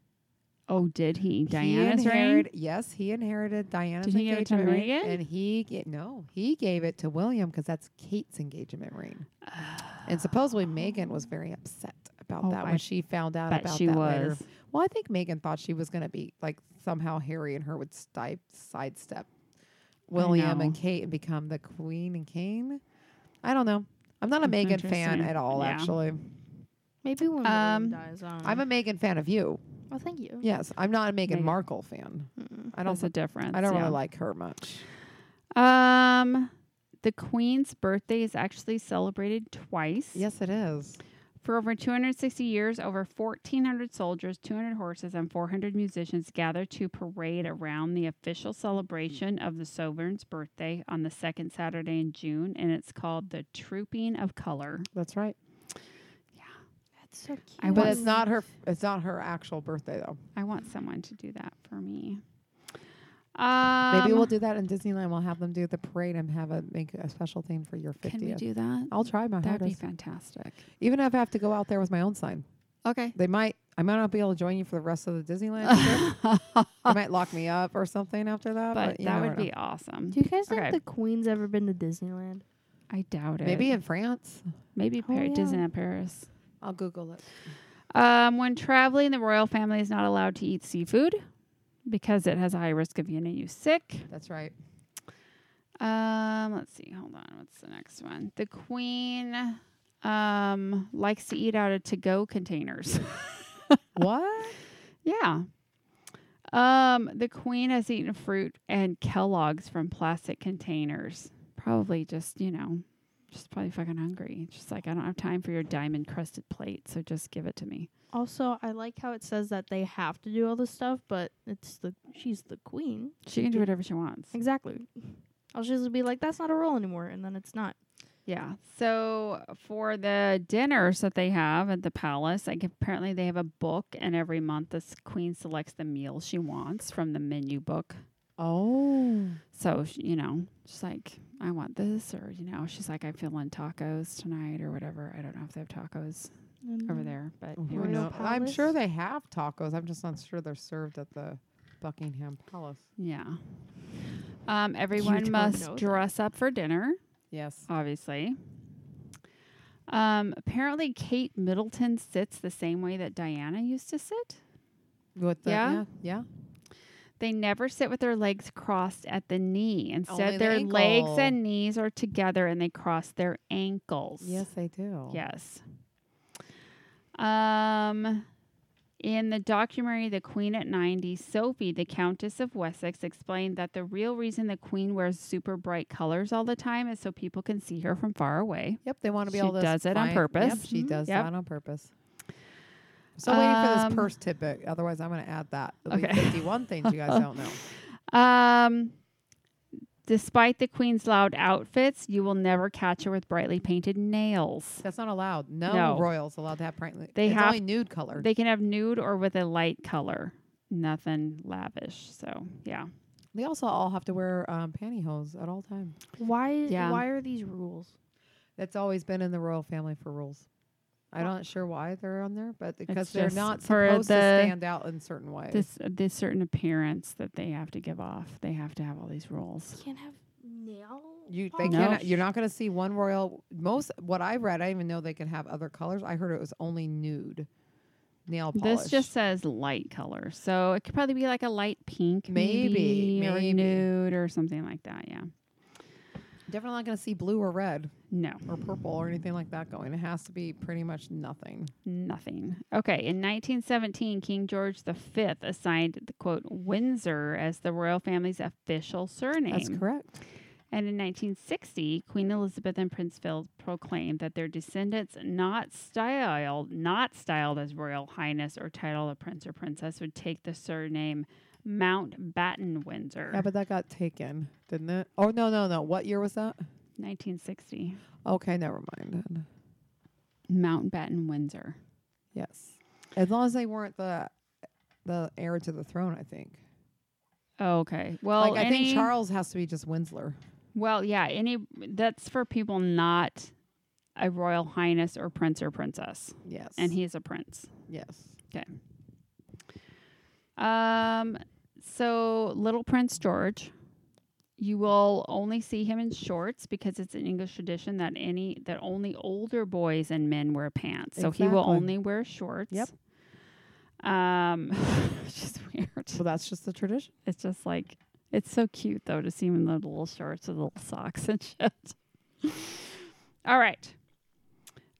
A: Oh, did he?
B: He
A: Diana's ring?
B: inherit- Yes, he inherited Diana's
A: Did he give it to
B: engagement ring,
A: Meghan?
B: and he ga- no, he gave it to William because that's Kate's engagement ring. and supposedly Megan was very upset about
A: Ah. Oh,
B: that
A: I
B: when she found out
A: Bet
B: about
A: she
B: that
A: was.
B: later. Well, I think Megan thought she was going to be like somehow Harry and her would sti- sidestep William and
A: know.
B: Kate and become the queen and king. I don't know. I'm not a
A: That's
B: Megan fan
A: interesting.
B: at all,
A: Yeah. Mm-hmm.
B: actually.
C: Maybe when
A: Um,
C: William dies, I don't
B: I'm a Megan fan of you.
C: well, thank you.
B: Yes, I'm not a Megan
A: Meghan.
B: Markle fan.
C: Mm-mm.
B: I don't.
A: That's a difference.
B: I don't
A: yeah.
B: really like her much.
A: Um, the Queen's birthday is actually celebrated twice.
B: Yes, it is.
A: For over 260 years, over 1,400 soldiers, 200 horses, and 400 musicians gathered to parade around the official celebration of the sovereign's birthday on the second Saturday in June, and it's called the Trooping of Color.
B: That's right.
C: That's so cute.
A: I
B: But
A: was-
B: it's not her. It's not her actual birthday though.
A: I want someone to do that for me.
B: Maybe
A: Um,
B: we'll do that in Disneyland. We'll have them do the parade and have a make a special theme for your 50th.
A: Can we do that?
B: I'll try my
A: That'd be
B: hardest.
A: fantastic.
B: Even if I have to go out there with my own sign,
A: Okay.
B: they might. I might not be able to join you for the rest of the Disneyland trip. they might lock me up or something after that.
A: But,
B: But, you
A: that
B: never
A: would
B: know.
A: be awesome.
C: Do you guys
A: Okay.
C: think the Queen's ever been to Disneyland?
A: I doubt it.
B: maybe in France.
A: maybe
C: Oh,
A: Par-
C: yeah.
A: Disneyland Paris.
B: I'll Google it.
A: Um, when traveling, the royal family is not allowed to eat seafood because it has a high risk of getting you sick.
B: That's right.
A: Um, let's see. Hold on. What's the next one? The queen um, likes to eat out of to-go containers.
B: What?
A: yeah. Um, the queen has eaten fruit and Kellogg's from plastic containers. Probably just you know, just probably fucking hungry. Just like I don't have time for your diamond crusted plate, so just give it to me.
C: Also, I like how it says that they have to do all this stuff, but it's the she's the queen.
A: She can do whatever she wants.
C: Exactly. I'll just be like, that's not a role anymore, and then it's not.
A: Yeah. So for the dinners that they have at the palace, like apparently they have a book, and every month this queen selects the meal she wants from the menu book.
B: Oh,
A: So sh- you know, she's like, I want this, or you know, she's like, I'm feeling tacos tonight, or whatever. I don't know if they have tacos
C: Mm-hmm.
A: over there, but
B: Who
A: it was-
C: Royal
B: knows? I'm sure
C: Palace?
B: they have tacos. I'm just not sure they're served at the Buckingham Palace.
A: yeah. Um, everyone
C: don't
A: must
C: know
A: dress up for dinner.
B: Yes.
A: obviously. Um, apparently, Kate Middleton sits the same way that Diana used to sit.
B: With the,
A: Yeah?
B: yeah. Yeah.
A: They never sit with their legs crossed at the knee. Instead,
B: Only the
A: their legs
B: ankle.
A: and knees are together and they cross their ankles.
B: Yes, they do.
A: Yes. Um, In the documentary The Queen at 90, Sophie, the Countess of Wessex, explained that the real reason the Queen wears super bright colors all the time is so people can see her from far away.
B: Yep, they want to be
A: She
B: able to.
A: does it on
B: find-
A: purpose.
B: Mm-hmm. Yep, she
C: Mhm.
B: does
A: Yep.
B: that on purpose. So waiting for
A: Um,
B: this purse tidbit. Otherwise, I'm going to add that. The week
A: Okay.
B: 51 things you guys don't know.
A: Um, despite the Queen's loud outfits, you will never catch her with brightly painted nails.
B: That's not allowed. No,
A: No.
B: royals allowed to have print.
A: They
B: it's
A: have-
B: only nude color.
A: They can have nude or with a light color. Nothing lavish. So, yeah.
B: They also all have to wear um, pantyhose at all times.
C: Why?
A: Yeah.
C: Why are these rules?
B: That's always been in the royal family for rules. I'm not sure why they're on there, but because they're
A: just
B: not
A: for
B: supposed to
A: the-
B: stand out in certain ways.
A: This this certain appearance that they have to give off. They have to have all these rules.
C: Can't have nail.
B: you they
A: Oh, No.
B: cannot. You're not going to see one royal. Most what I read, I didn't even know they could have other colors. I heard it was only nude nail polish.
A: This just says light color. So it could probably be like a light pink,
B: Maybe,
A: or
B: maybe.
A: nude or something like that. Yeah.
B: definitely not going to see blue or red
A: No.
B: or purple or anything like that going. It has to be pretty much nothing.
A: Nothing. Okay, in 1917, King George V assigned the quote Windsor as the royal family's official surname.
B: That's correct.
A: And in 1960, Queen Elizabeth and Prince Philip proclaimed that their descendants, not styled, not styled as Royal Highness or title of Prince or Princess, would take the surname Mountbatten Windsor.
B: Yeah, but that got taken, didn't it? Oh no, no, no. What year was that?
A: 1960,
B: Okay, never mind. then.
A: Mountbatten Windsor.
B: Yes, as long as they weren't the the heir to the throne, I think.
A: Oh, Okay. Well,
B: like I
A: any-
B: think Charles has to be just Winsler.
A: Well, yeah, any that's for people not a royal highness or prince or princess,
B: Yes,
A: and he's a prince.
B: yes.
A: Um, so little Prince George, you will only see him in shorts because it's an English tradition that any that only older boys and men wear pants. So he will
B: Exactly.
A: only wear shorts.
B: Yep.
A: Um, it's just weird.
B: Well, that's just the tradition.
A: It's just like it's so cute though to see him in the little shorts with little socks and shit. All right.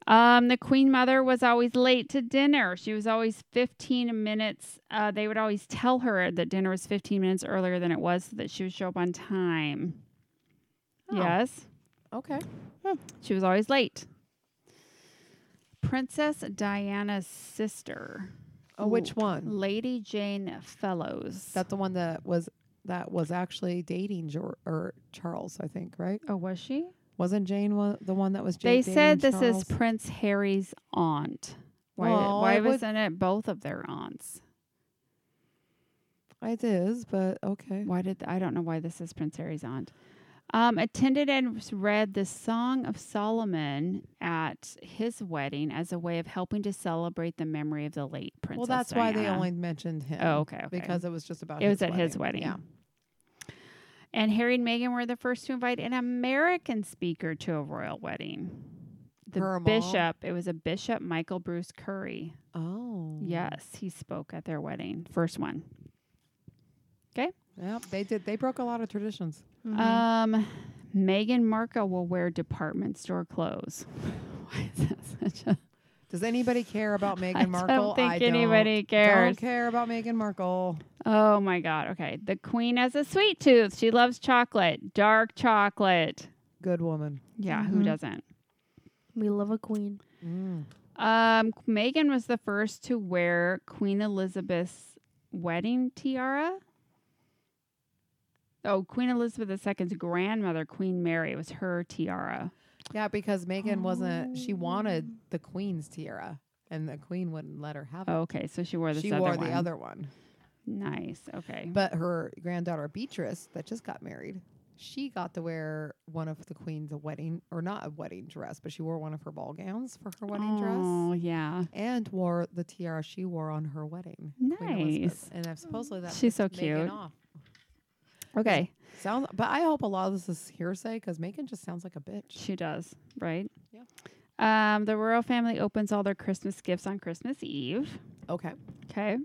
A: Um, the Queen Mother was always late to dinner. She was always 15 minutes. Uh, they would always tell her that dinner was 15 minutes earlier than it was so that she would show up on time.
B: Oh.
A: Yes.
B: Okay.
A: She was always late. Princess Diana's sister,
B: Oh, which one?
A: Lady Jane Fellows.
B: That's the one that was that was actually dating George or Charles, I think, right?
A: oh, was she?
B: Wasn't Jane wa- the one that was? Ja-
A: They
B: dating
A: said this
B: Charles?
A: is Prince Harry's aunt. Why,
B: Well,
A: why
B: I would-
A: wasn't it both of their aunts?
B: it is, but okay.
A: Why did I don't know why this is Prince Harry's aunt. Um, attended and s- read the Song of Solomon at his wedding as a way of helping to celebrate the memory of the late Princess.
B: well, that's why they
A: Diana.
B: only mentioned him.
A: Oh, okay, okay.
B: Because it was just about.
A: It was at his wedding.
B: Yeah.
A: And Harry and Meghan were the first to invite an American speaker to a royal wedding. The
B: Her mom?
A: bishop. It was a bishop, Michael Bruce Curry.
B: Oh.
A: Yes, he spoke at their wedding. First one.
B: Yep. They did. They broke a lot of traditions.
C: Mm-hmm.
A: Um, Meghan Markle will wear department store clothes. Why is that such a?
B: Does anybody care about
A: I don't
B: Meghan Markle?
A: think
B: I
A: anybody
B: don't,
A: cares.
B: don't care about Meghan Markle.
A: Oh my god. Okay, the queen has a sweet tooth. She loves chocolate, dark chocolate.
B: Good woman.
A: Yeah, who
B: Mm-hmm.
C: Mhm.
A: doesn't?
C: we love a queen.
B: Mm.
A: Um, Megan was the first to wear Queen Elizabeth's wedding tiara. Oh, Queen Elizabeth II's grandmother, Queen Mary, was her tiara.
B: Yeah, because Meghan wasn't. She
A: Oh.
B: wanted the queen's tiara, and the queen wouldn't let her have it.
A: Oh, Okay, so she wore this
B: she
A: other
B: wore
A: one.
B: the other one.
A: Nice. Okay.
B: But her granddaughter Beatrice, that just got married, she got to wear one of the queen's wedding, or not a wedding dress, but she wore one of her ball gowns for her
A: Oh
B: wedding dress,
A: yeah.
B: and wore the tiara she wore on her wedding. Queen Elizabeth.
A: Nice.
B: And I've supposedly that
A: She's so cute.
B: Off.
A: Okay.
B: Sounds, but I hope a lot of this is hearsay because Megan just sounds like a bitch.
A: She does, right?
B: Yeah.
A: Yeah. Um, the royal family opens all their Christmas gifts on Christmas Eve.
B: Okay,
A: Okay.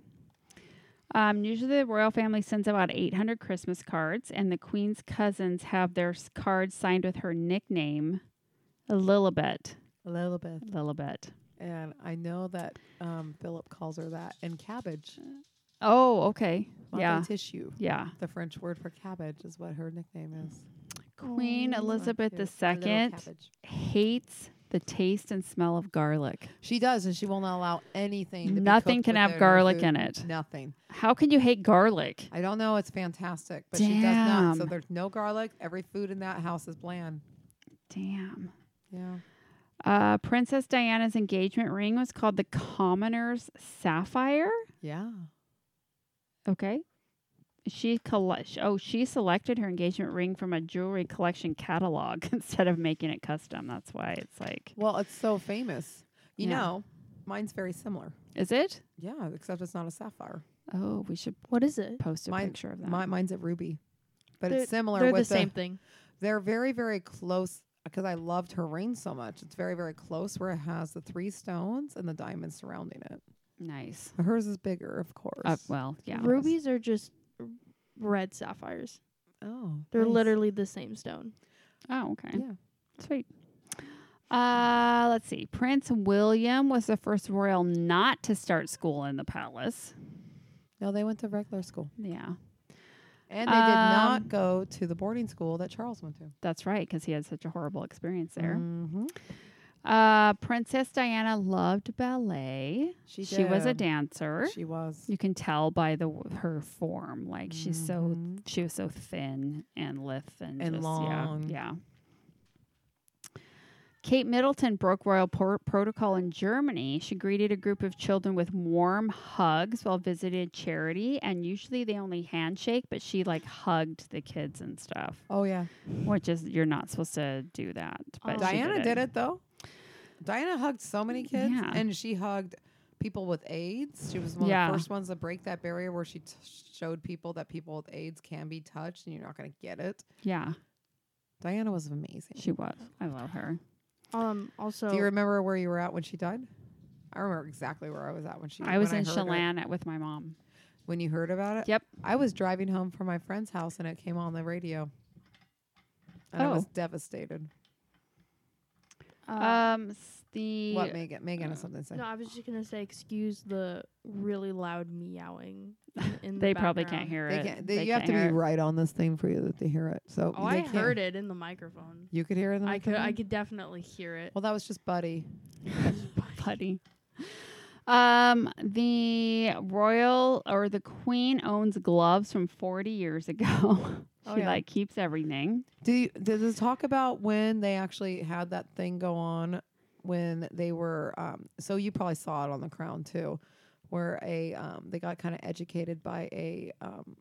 A: Um, usually the royal family sends about 800 Christmas cards, and the queen's cousins have their s- cards signed with her nickname, Lilibet.
B: a little bit.
A: Lilibet.
B: And I know that um, Philip calls her that in cabbage.
A: Oh, okay. Yeah.
B: Tissue.
A: Yeah.
B: The French word for cabbage is what her nickname is.
A: Queen
B: Mm,
C: Oh,
A: Elizabeth
B: Cute. A little
A: II
B: cabbage.
A: hates the taste and smell of garlic.
B: She does, and she will not allow anything. To
A: Nothing
B: be cooked
A: can
B: with
A: have
B: her
A: garlic
B: food.
A: in it.
B: Nothing.
A: How can you hate garlic?
B: I don't know. It's fantastic, but she does not. So
A: Damn.
B: there's no garlic. Every food in that house is bland.
A: Damn.
B: Yeah.
A: Uh, Princess Diana's engagement ring was called the Commoner's Sapphire.
B: Yeah.
A: Okay. She colle- sh- oh she selected her engagement ring from a jewelry collection catalog instead of making it custom. That's why it's like
B: Well, it's so famous. You
A: Yeah.
B: know, mine's very similar.
A: is it?
B: Yeah, except it's not a sapphire.
A: Oh, we should
C: What is it?
A: post a
B: Mine-
A: picture of that.
B: My, mine's a ruby, but it's similar.
C: They're the
B: with
C: same thing.
B: They're very, very close because I loved her ring so much. It's very, very close where it has the three stones and the diamonds surrounding it.
A: nice.
B: Hers is bigger, of course.
A: Uh, well, yeah.
C: Rubies are just r- red sapphires.
B: oh,
C: They're
B: nice.
C: literally the same stone.
A: Oh, okay.
B: Yeah.
A: Sweet. Uh, let's see. Prince William was the first royal not to start school in the palace.
B: No, they went to regular school,
A: Yeah, Um,
B: and they did not go to the boarding school that Charles went to.
A: that's right, because he had such a horrible experience there.
B: Mhm.
A: Uh, Princess Diana loved ballet.
B: She
A: She was a
B: did.
A: dancer.
B: She was.
A: you can tell by the w- her form. Like she's so
B: Mhm.
A: she was so thin and lithe and,
B: And
A: just,
B: long.
A: Yeah, yeah. Kate Middleton broke royal por- protocol in Germany. She greeted a group of children with warm hugs while visited charity, and usually they only handshake, but she like hugged the kids and stuff,
B: Oh yeah,
A: which is you're not supposed to do that. But
C: Oh.
A: she
B: Diana did it though. Diana hugged so many kids,
A: Yeah.
B: and she hugged people with AIDS. She was one
A: Yeah.
B: of the first ones to break that barrier where she t- showed people that people with AIDS can be touched, and you're not going to get it.
A: Yeah,
B: Diana was amazing.
A: she was. I love her.
C: Um. Also,
B: Do you remember where you were at when she died? I remember exactly where I was at when she.
A: I was
B: when
A: in
B: heard it- Uh,
A: Chelan at- with my mom.
B: when you heard about it.
A: Yep.
B: I was driving home from my friend's house, and it came on the radio. And I was
A: Oh.
B: devastated.
C: uh,
A: Um, s- the
B: What Megan? Megan has something to say.
C: no, I was just gonna say, excuse the really loud meowing. in- In the
A: they probably
C: background.
A: can't hear
B: They
A: it.
B: can't. They, you have to be
A: can't hear it.
B: right on this thing for you to hear it. So
C: Oh,
B: they
C: I
B: can't-
C: heard it in the microphone.
B: You could hear it. In the
C: I could. I
B: microphone?
C: could definitely hear it.
B: Well, that was just Buddy.
A: Putty. Um, the royal or the queen owns gloves from 40 years ago. she
B: Oh, yeah.
A: like keeps everything.
B: Do you, does it talk about when they actually had that thing go on when they were? Um, so you probably saw it on The Crown too, where a um, they got kind of educated by a um,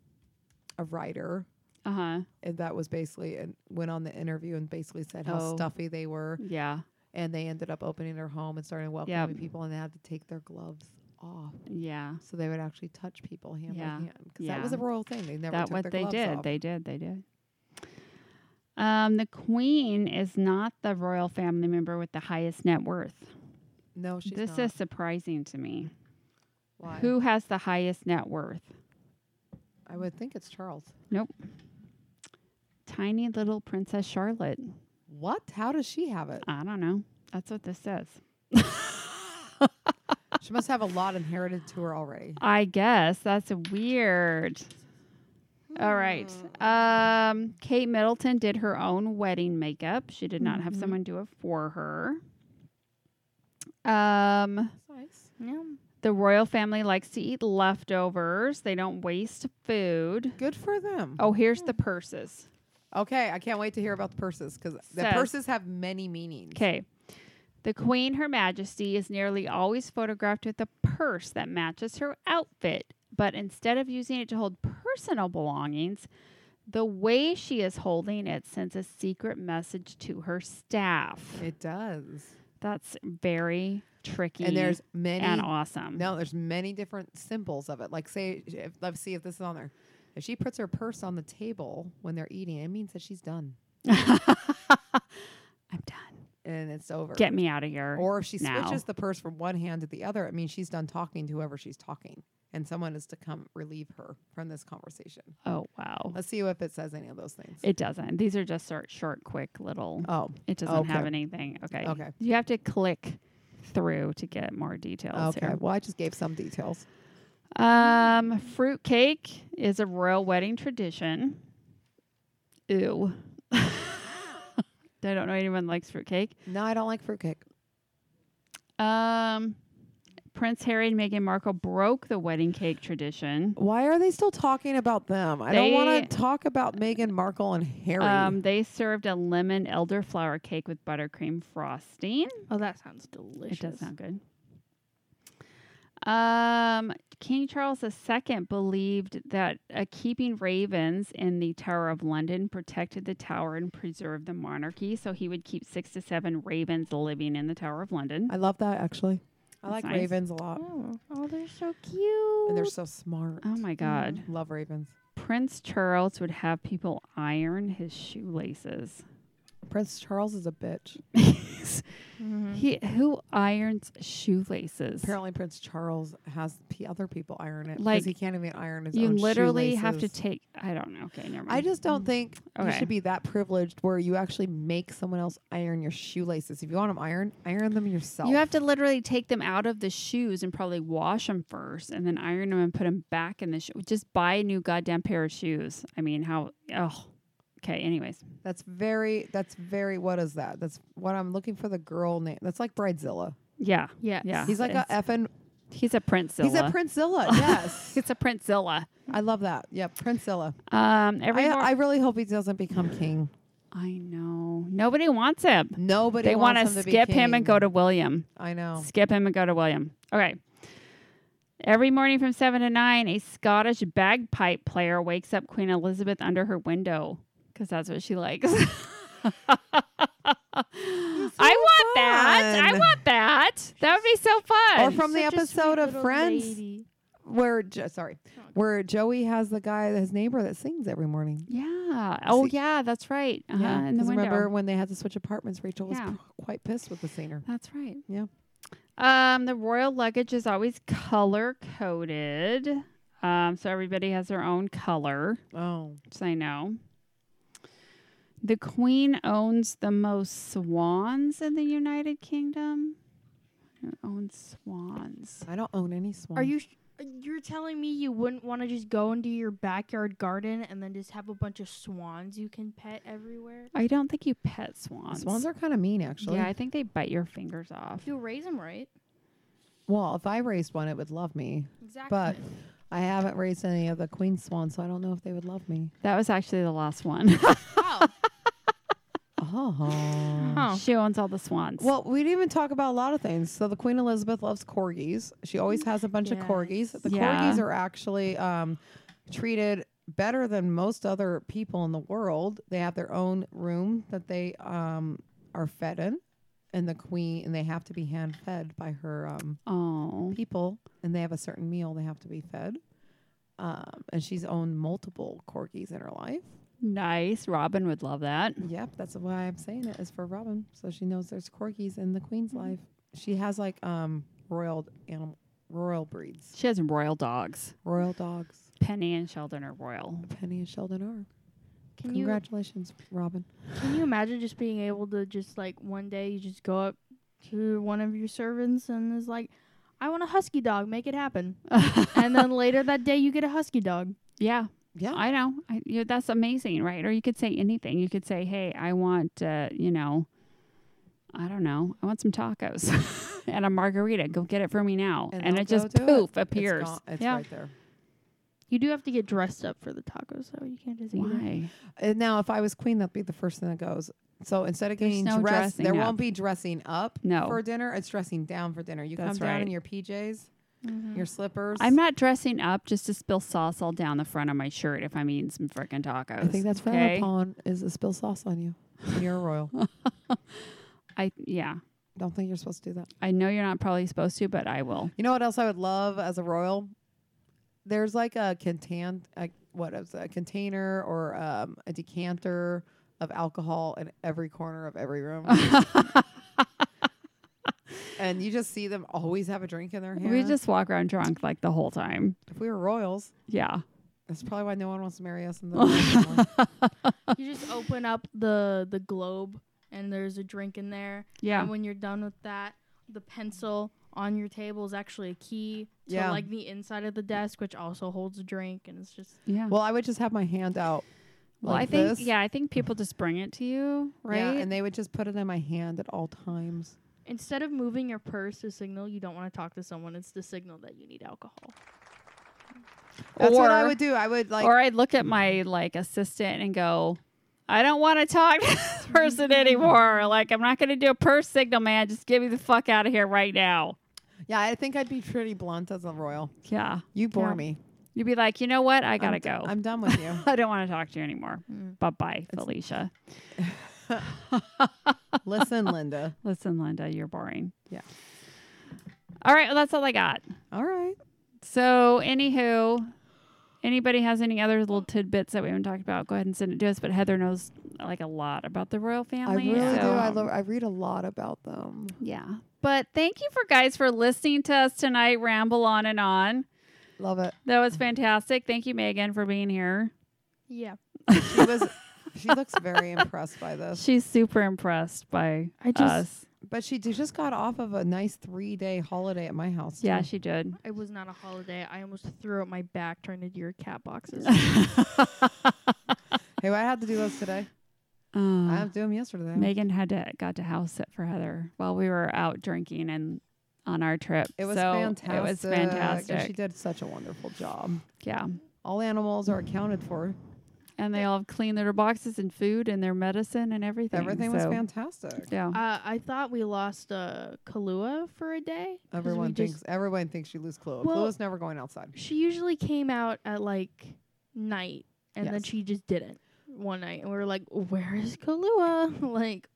B: a writer.
A: Uh huh.
B: And that was basically and went on the interview and basically said how
A: Oh.
B: stuffy they were,
A: Yeah.
B: and they ended up opening their home and starting welcoming people, and they had to take their gloves off.
A: Yeah.
B: So they would actually touch people hand
A: Yeah.
B: by hand because that was
A: Yeah.
B: a royal thing. They never
A: That
B: took
A: what
B: their
A: they
B: gloves
A: did.
B: off.
A: They did. They did. Um, the queen is not the royal family member with the highest net worth.
B: no, she's
A: this
B: not.
A: is surprising to me.
B: Why?
A: Who has the highest net worth?
B: I would think it's Charles.
A: Tiny little Princess Charlotte.
B: What? How does she have it?
A: I don't know. That's what this says.
B: she must have a lot inherited to her already.
A: I guess that's weird. All right. Um, Kate Middleton did her own wedding makeup. She did not have
B: Mhm.
A: someone do it for her. Um,
B: Nice.
C: Yeah.
A: the royal family likes to eat leftovers. They don't waste food.
B: Good for them.
A: Oh, here's the purses.
B: Okay, I can't wait to hear about the purses because the
A: Says-
B: purses have many meanings.
A: Okay. The Queen, Her Majesty, is nearly always photographed with a purse that matches her outfit, but instead of using it to hold personal belongings, the way she is holding it sends a secret message to her staff.
B: It does.
A: That's very tricky
B: And there's many
A: and awesome.
B: No, there's many different symbols of it. Like say if, let's see if this is on there. If she puts her purse on the table when they're eating, it means that she's done
A: I'm done.
B: and it's over.
A: Get me out of here.
B: Or if she
A: now.
B: switches the purse from one hand to the other, it means she's done talking to whoever she's talking. And someone is to come relieve her from this conversation.
A: oh, wow.
B: Let's see if it says any of those things.
A: It doesn't. These are just short, short quick little.
B: oh,
A: It doesn't
B: Okay.
A: have anything. Okay.
B: Okay.
A: You have to click through to get more details
B: Okay.
A: here.
B: Well, I just gave some details.
A: Um, fruit cake is a royal wedding tradition. Ew. I don't know anyone likes fruit cake.
B: No, I don't like fruitcake.
A: Um, Prince Harry and Meghan Markle broke the wedding cake tradition.
B: Why are they still talking about them? I don't
A: They-
B: want to talk about Meghan Markle and Harry.
A: Um, they served a lemon elderflower cake with buttercream frosting.
C: Oh, that sounds
A: It
C: delicious.
A: Mm. does sound good. Um, King Charles II believed that uh, keeping ravens in the Tower of London protected the tower and preserved the monarchy. So he would keep six to seven ravens living in the Tower of London.
B: I love that actually. I
A: That's
B: like
A: nice.
B: ravens a lot,
C: Oh, oh, they're so cute.
B: and they're so smart.
A: Oh my God.
B: Love ravens.
A: Prince Charles would have people iron his shoelaces.
B: Prince Charles is a bitch.
C: Mhm.
A: He who irons shoelaces?
B: Apparently, Prince Charles has p- other people iron it because
A: Like,
B: he can't even iron his
A: You
B: own
A: literally have to
B: shoelaces.
A: take. I don't know. Okay, never mind.
B: I just don't think
A: Okay.
B: you should be that privileged where you actually make someone else iron your shoelaces. If you want them ironed, iron them yourself.
A: You have to literally take them out of the shoes and probably wash them first, and then iron them and put them back in the shoe. Just buy a new goddamn pair of shoes. I mean, how? Oh, okay. Anyways,
B: That's very. That's very. What is that? That's what I'm looking for. The girl name. That's like Bridezilla.
A: yeah,
C: Yes.
A: Yeah.
B: He's like a
A: It's-
B: effing.
A: he's a princezilla.
B: He's a Princezilla. Yes,
A: It's a princezilla.
B: I love that. Yeah, Princezilla.
A: Um, every
B: I,
A: mor-
B: I
A: I,
B: really hope he doesn't become king.
A: know nobody wants him.
B: Nobody.
A: they
B: want
A: want to skip him and go to William.
B: I know.
A: Skip him and go to William. Okay. Every morning from 7 to 9, a Scottish bagpipe player wakes up Queen Elizabeth under her window because that's what she likes. I want that. I
B: fun.
A: want that. That would be so fun.
B: Or from the
C: Such a sweet
B: episode of
C: little
B: Friends.
C: lady.
B: Where jo- sorry, where Joey has the guy, his neighbor that sings every morning.
A: yeah. Oh,
B: See-
A: yeah. That's right. Uh-huh,
B: Yeah,
A: in the
B: because
A: window.
B: remember when they had to switch apartments? Rachel was
A: Yeah.
B: p- quite pissed with the singer.
A: That's right.
B: Yeah.
A: Um, the royal luggage is always color coded. Um, so everybody has their own color.
B: Oh,
A: which I know. The Queen owns the most swans in the United Kingdom. Who owns swans?
B: I don't own any swans.
C: Are you? Sh- uh, you're telling me you wouldn't want to just go into your backyard garden and then just have a bunch of swans you can pet everywhere?
A: I don't think you pet swans.
B: Swans are kind of mean, actually.
A: Yeah, I think they bite your fingers off.
C: If you raise them right,
B: Well, if I raised one, it would love me.
C: exactly.
B: But I haven't raised any of the queen swans, so I don't know if they would love me.
A: That was actually the last one.
C: oh,
B: Oh.
C: Huh.
A: she owns all the swans.
B: Well, we didn't even talk about a lot of things. So the Queen Elizabeth loves corgis. She always has a bunch of corgis. The
A: Yeah.
B: corgis are actually um, treated better than most other people in the world. They have their own room that they um, are fed in, and the Queen and they have to be hand fed by her um,
A: oh,
B: people, and they have a certain meal they have to be fed. Um, and she's owned multiple corgis in her life.
A: nice. Robin would love that.
B: Yep, that's why I'm saying it is for Robin, so she knows there's corgis in the queen's life. She has like um royal animal, royal breeds,
A: She has royal dogs.
B: royal dogs.
A: Penny and Sheldon are royal.
B: Penny and Sheldon are.
C: can you
B: Congratulations, Robin.
C: can you imagine just being able to just like one day you just go up to one of your servants and is like, "I want a husky dog. Make it happen." and then later that day you get a husky dog.
A: yeah,
B: Yeah,
A: I know. I, you know, that's amazing, right? Or you could say anything. You could say, "Hey, I want, uh, you know, I don't know, I want some tacos and a margarita. Go get it for me now." And,
B: they'll
A: it just
B: go do it.
A: poof
B: It's
A: appears.
B: gone- It's,
A: yeah.
B: right there.
C: You do have to get dressed up for the tacos, though. You can't just eat it.
A: Why?
B: And now, if I was queen, that'd be the first thing that goes. So instead of
A: There's
B: getting
A: no
B: dressed, there
A: dressing up.
B: won't be dressing up
A: No.
B: for dinner. It's dressing down for dinner. You
A: That's
B: come down
A: right. Mm-hmm.
B: in your PJs,
C: Mhm.
B: your slippers.
A: I'm not dressing up just to spill sauce all down the front of my shirt if I'm eating some freaking tacos.
B: I think that's frowned
A: okay?
B: upon is a spill sauce on you. when You're a royal.
A: I yeah.
B: Don't think you're supposed to do that.
A: I know you're not probably supposed to, but I will.
B: You know what else I would love as a royal? There's like a contain, a, what is it, a container or um, a decanter of alcohol in every corner of every room. and you just see them always have a drink in their hand.
A: We just walk around drunk like the whole time.
B: if we were royals,
A: Yeah.
B: that's probably why no one wants to marry us in the royal
C: you just open up the the globe and there's a drink in there.
A: Yeah.
C: And when you're done with that, the pencil on your table is actually a key to
B: Yeah.
C: like the inside of the desk, which also holds a drink, and it's just
A: Yeah.
B: Well, I would just have my hand out.
A: Well, I
B: like
A: think
B: this.
A: yeah, I think people just bring it to you,
B: Yeah,
A: right?
B: and they would just put it in my hand at all times.
C: instead of moving your purse to signal you don't want to talk to someone, it's to signal that you need alcohol.
B: That's what I
A: Or-
B: would do. I would like
A: or I'd look at my like assistant and go, I don't want to talk to this person anymore. Like I'm not going to do a purse signal, man. Just get me the fuck out of here right now.
B: Yeah, I think I'd be pretty blunt as a royal.
A: Yeah.
B: You bore
C: Yeah.
B: me.
A: You'd be like, you know what? I gotta
B: I'm d-
A: go.
B: I'm done with you.
A: I don't want to talk to you anymore. Bye bye, Felicia.
B: Listen, Linda.
A: Listen, Linda, you're boring.
B: Yeah.
A: All right. Well, that's all I got.
B: All right.
A: So, anywho, anybody has any other little tidbits that we haven't talked about? Go ahead and send it to us. But Heather knows like a lot about the royal
D: I
A: family.
D: really do.
A: so-
D: I love. I read a lot about them.
A: Yeah. But thank you for guys for listening to us tonight ramble on and on.
D: Love it.
A: That was fantastic. Thank you, Megan, for being here.
C: Yeah,
B: She was she looks very impressed by this.
A: She's super impressed by
C: I just
A: us.
B: But she d- just got off of a nice three day holiday at my house.
A: Yeah,
B: too.
A: she did.
C: it was not a holiday. I almost threw up my back trying to do your cat boxes. Uh,
B: Hey, well, I had to do those today. I
A: Uh,
B: had to do them yesterday.
A: Megan had to got to house sit for Heather while we were out drinking and on our trip.
B: it was
A: So
B: fantastic.
A: It was
B: and She
A: fantastic.
B: did such a wonderful job.
A: Yeah.
B: All animals are accounted for.
A: And they all have cleaned their boxes and food and their medicine and everything.
B: Everything was
A: So,
B: fantastic.
A: Yeah.
C: uh, I thought we lost uh, Kahlua for a day. 'cause we
B: Everyone
C: just-
B: thinks everyone thinks you lose Chloe.
C: Well-
B: Chloe's never going outside.
C: she usually came out at like night, and then
B: Yes.
C: she just didn't one night, and we were like, "Where is Kahlua?" like,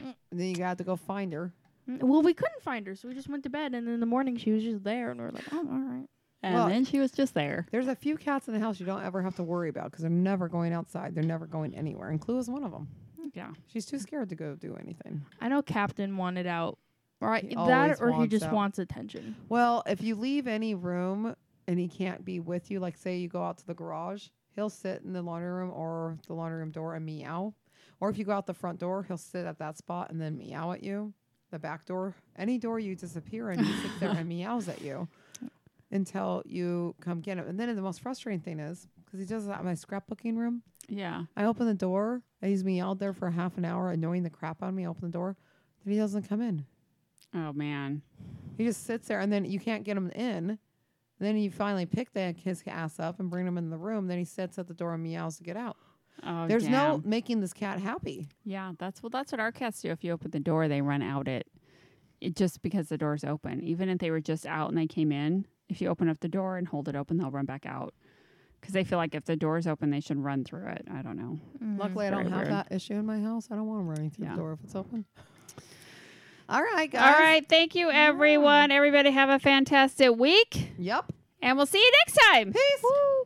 B: And then you had to go find her.
C: mm, well, we couldn't find her, so we just went to bed, and in the morning she was just there, and we were like, "Oh, all right."
A: And
B: well-
A: then she was just there.
B: There's a few cats in the house you don't ever have to worry about because they're never going outside. They're never going anywhere. And Clue is one of them.
A: Yeah.
B: She's too scared to go do anything.
C: I know Captain wanted out,
B: All right.
C: that or he just wants attention.
B: Well, if you leave any room and he can't be with you, like say you go out to the garage, he'll sit in the laundry room or the laundry room door and meow. Or if you go out the front door, he'll sit at that spot and then meow at you. The back door, any door you disappear and he sits there and meows at you until you come get him. And then the most frustrating thing is because he does that in my scrapbooking room.
A: Yeah.
B: I open the door and he's meowed there for half an hour, annoying the crap out of me. I open the door, then he doesn't come in.
A: Oh man.
B: He just sits there, and then you can't get him in. Then you finally pick the, his ass up and bring him in the room. Then he sits at the door and meows to get out.
A: Oh,
B: There's
A: damn.
B: no making this cat happy.
A: Yeah, that's well. That's what our cats do. If you open the door, they run out it, it just because the door's open. Even if they were just out and they came in, if you open up the door and hold it open, they'll run back out because they feel like if the door's open, they should run through it. I don't know.
C: Mm-hmm.
B: Luckily, I don't
A: Very
B: have
A: rude.
B: that issue in my house. I don't want him running through
A: Yeah.
B: the door if it's open. All right, guys.
A: All right, thank you, everyone. Everybody, have a fantastic week,
B: Yep.
A: and we'll see you next time.
B: Peace.